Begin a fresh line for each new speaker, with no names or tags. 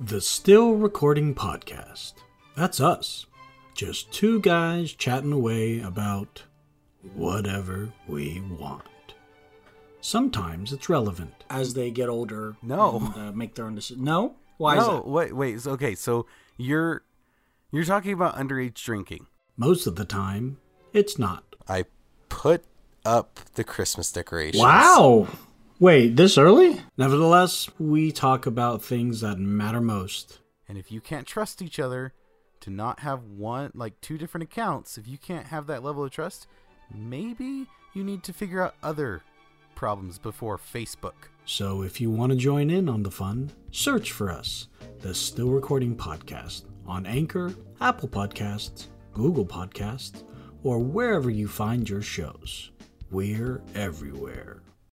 The Still Recording Podcast. That's us. Just two guys chatting away about whatever we want. Sometimes it's relevant. As they get older,
No.
and, uh, make their own decisions. No? Why is
no,
that?
wait, wait. So, okay, so you're you're talking about underage drinking.
Most of the time, it's not.
I put up the Christmas decorations.
Wow! Wait, this early? Nevertheless, we talk about things that matter most.
And if you can't trust each other to not have one like two different accounts, if you can't have that level of trust, maybe you need to figure out other problems before Facebook.
So if you want to join in on the fun, search for us, the Still Recording Podcast, on Anchor, Apple Podcasts, Google Podcasts, or wherever you find your shows. We're everywhere.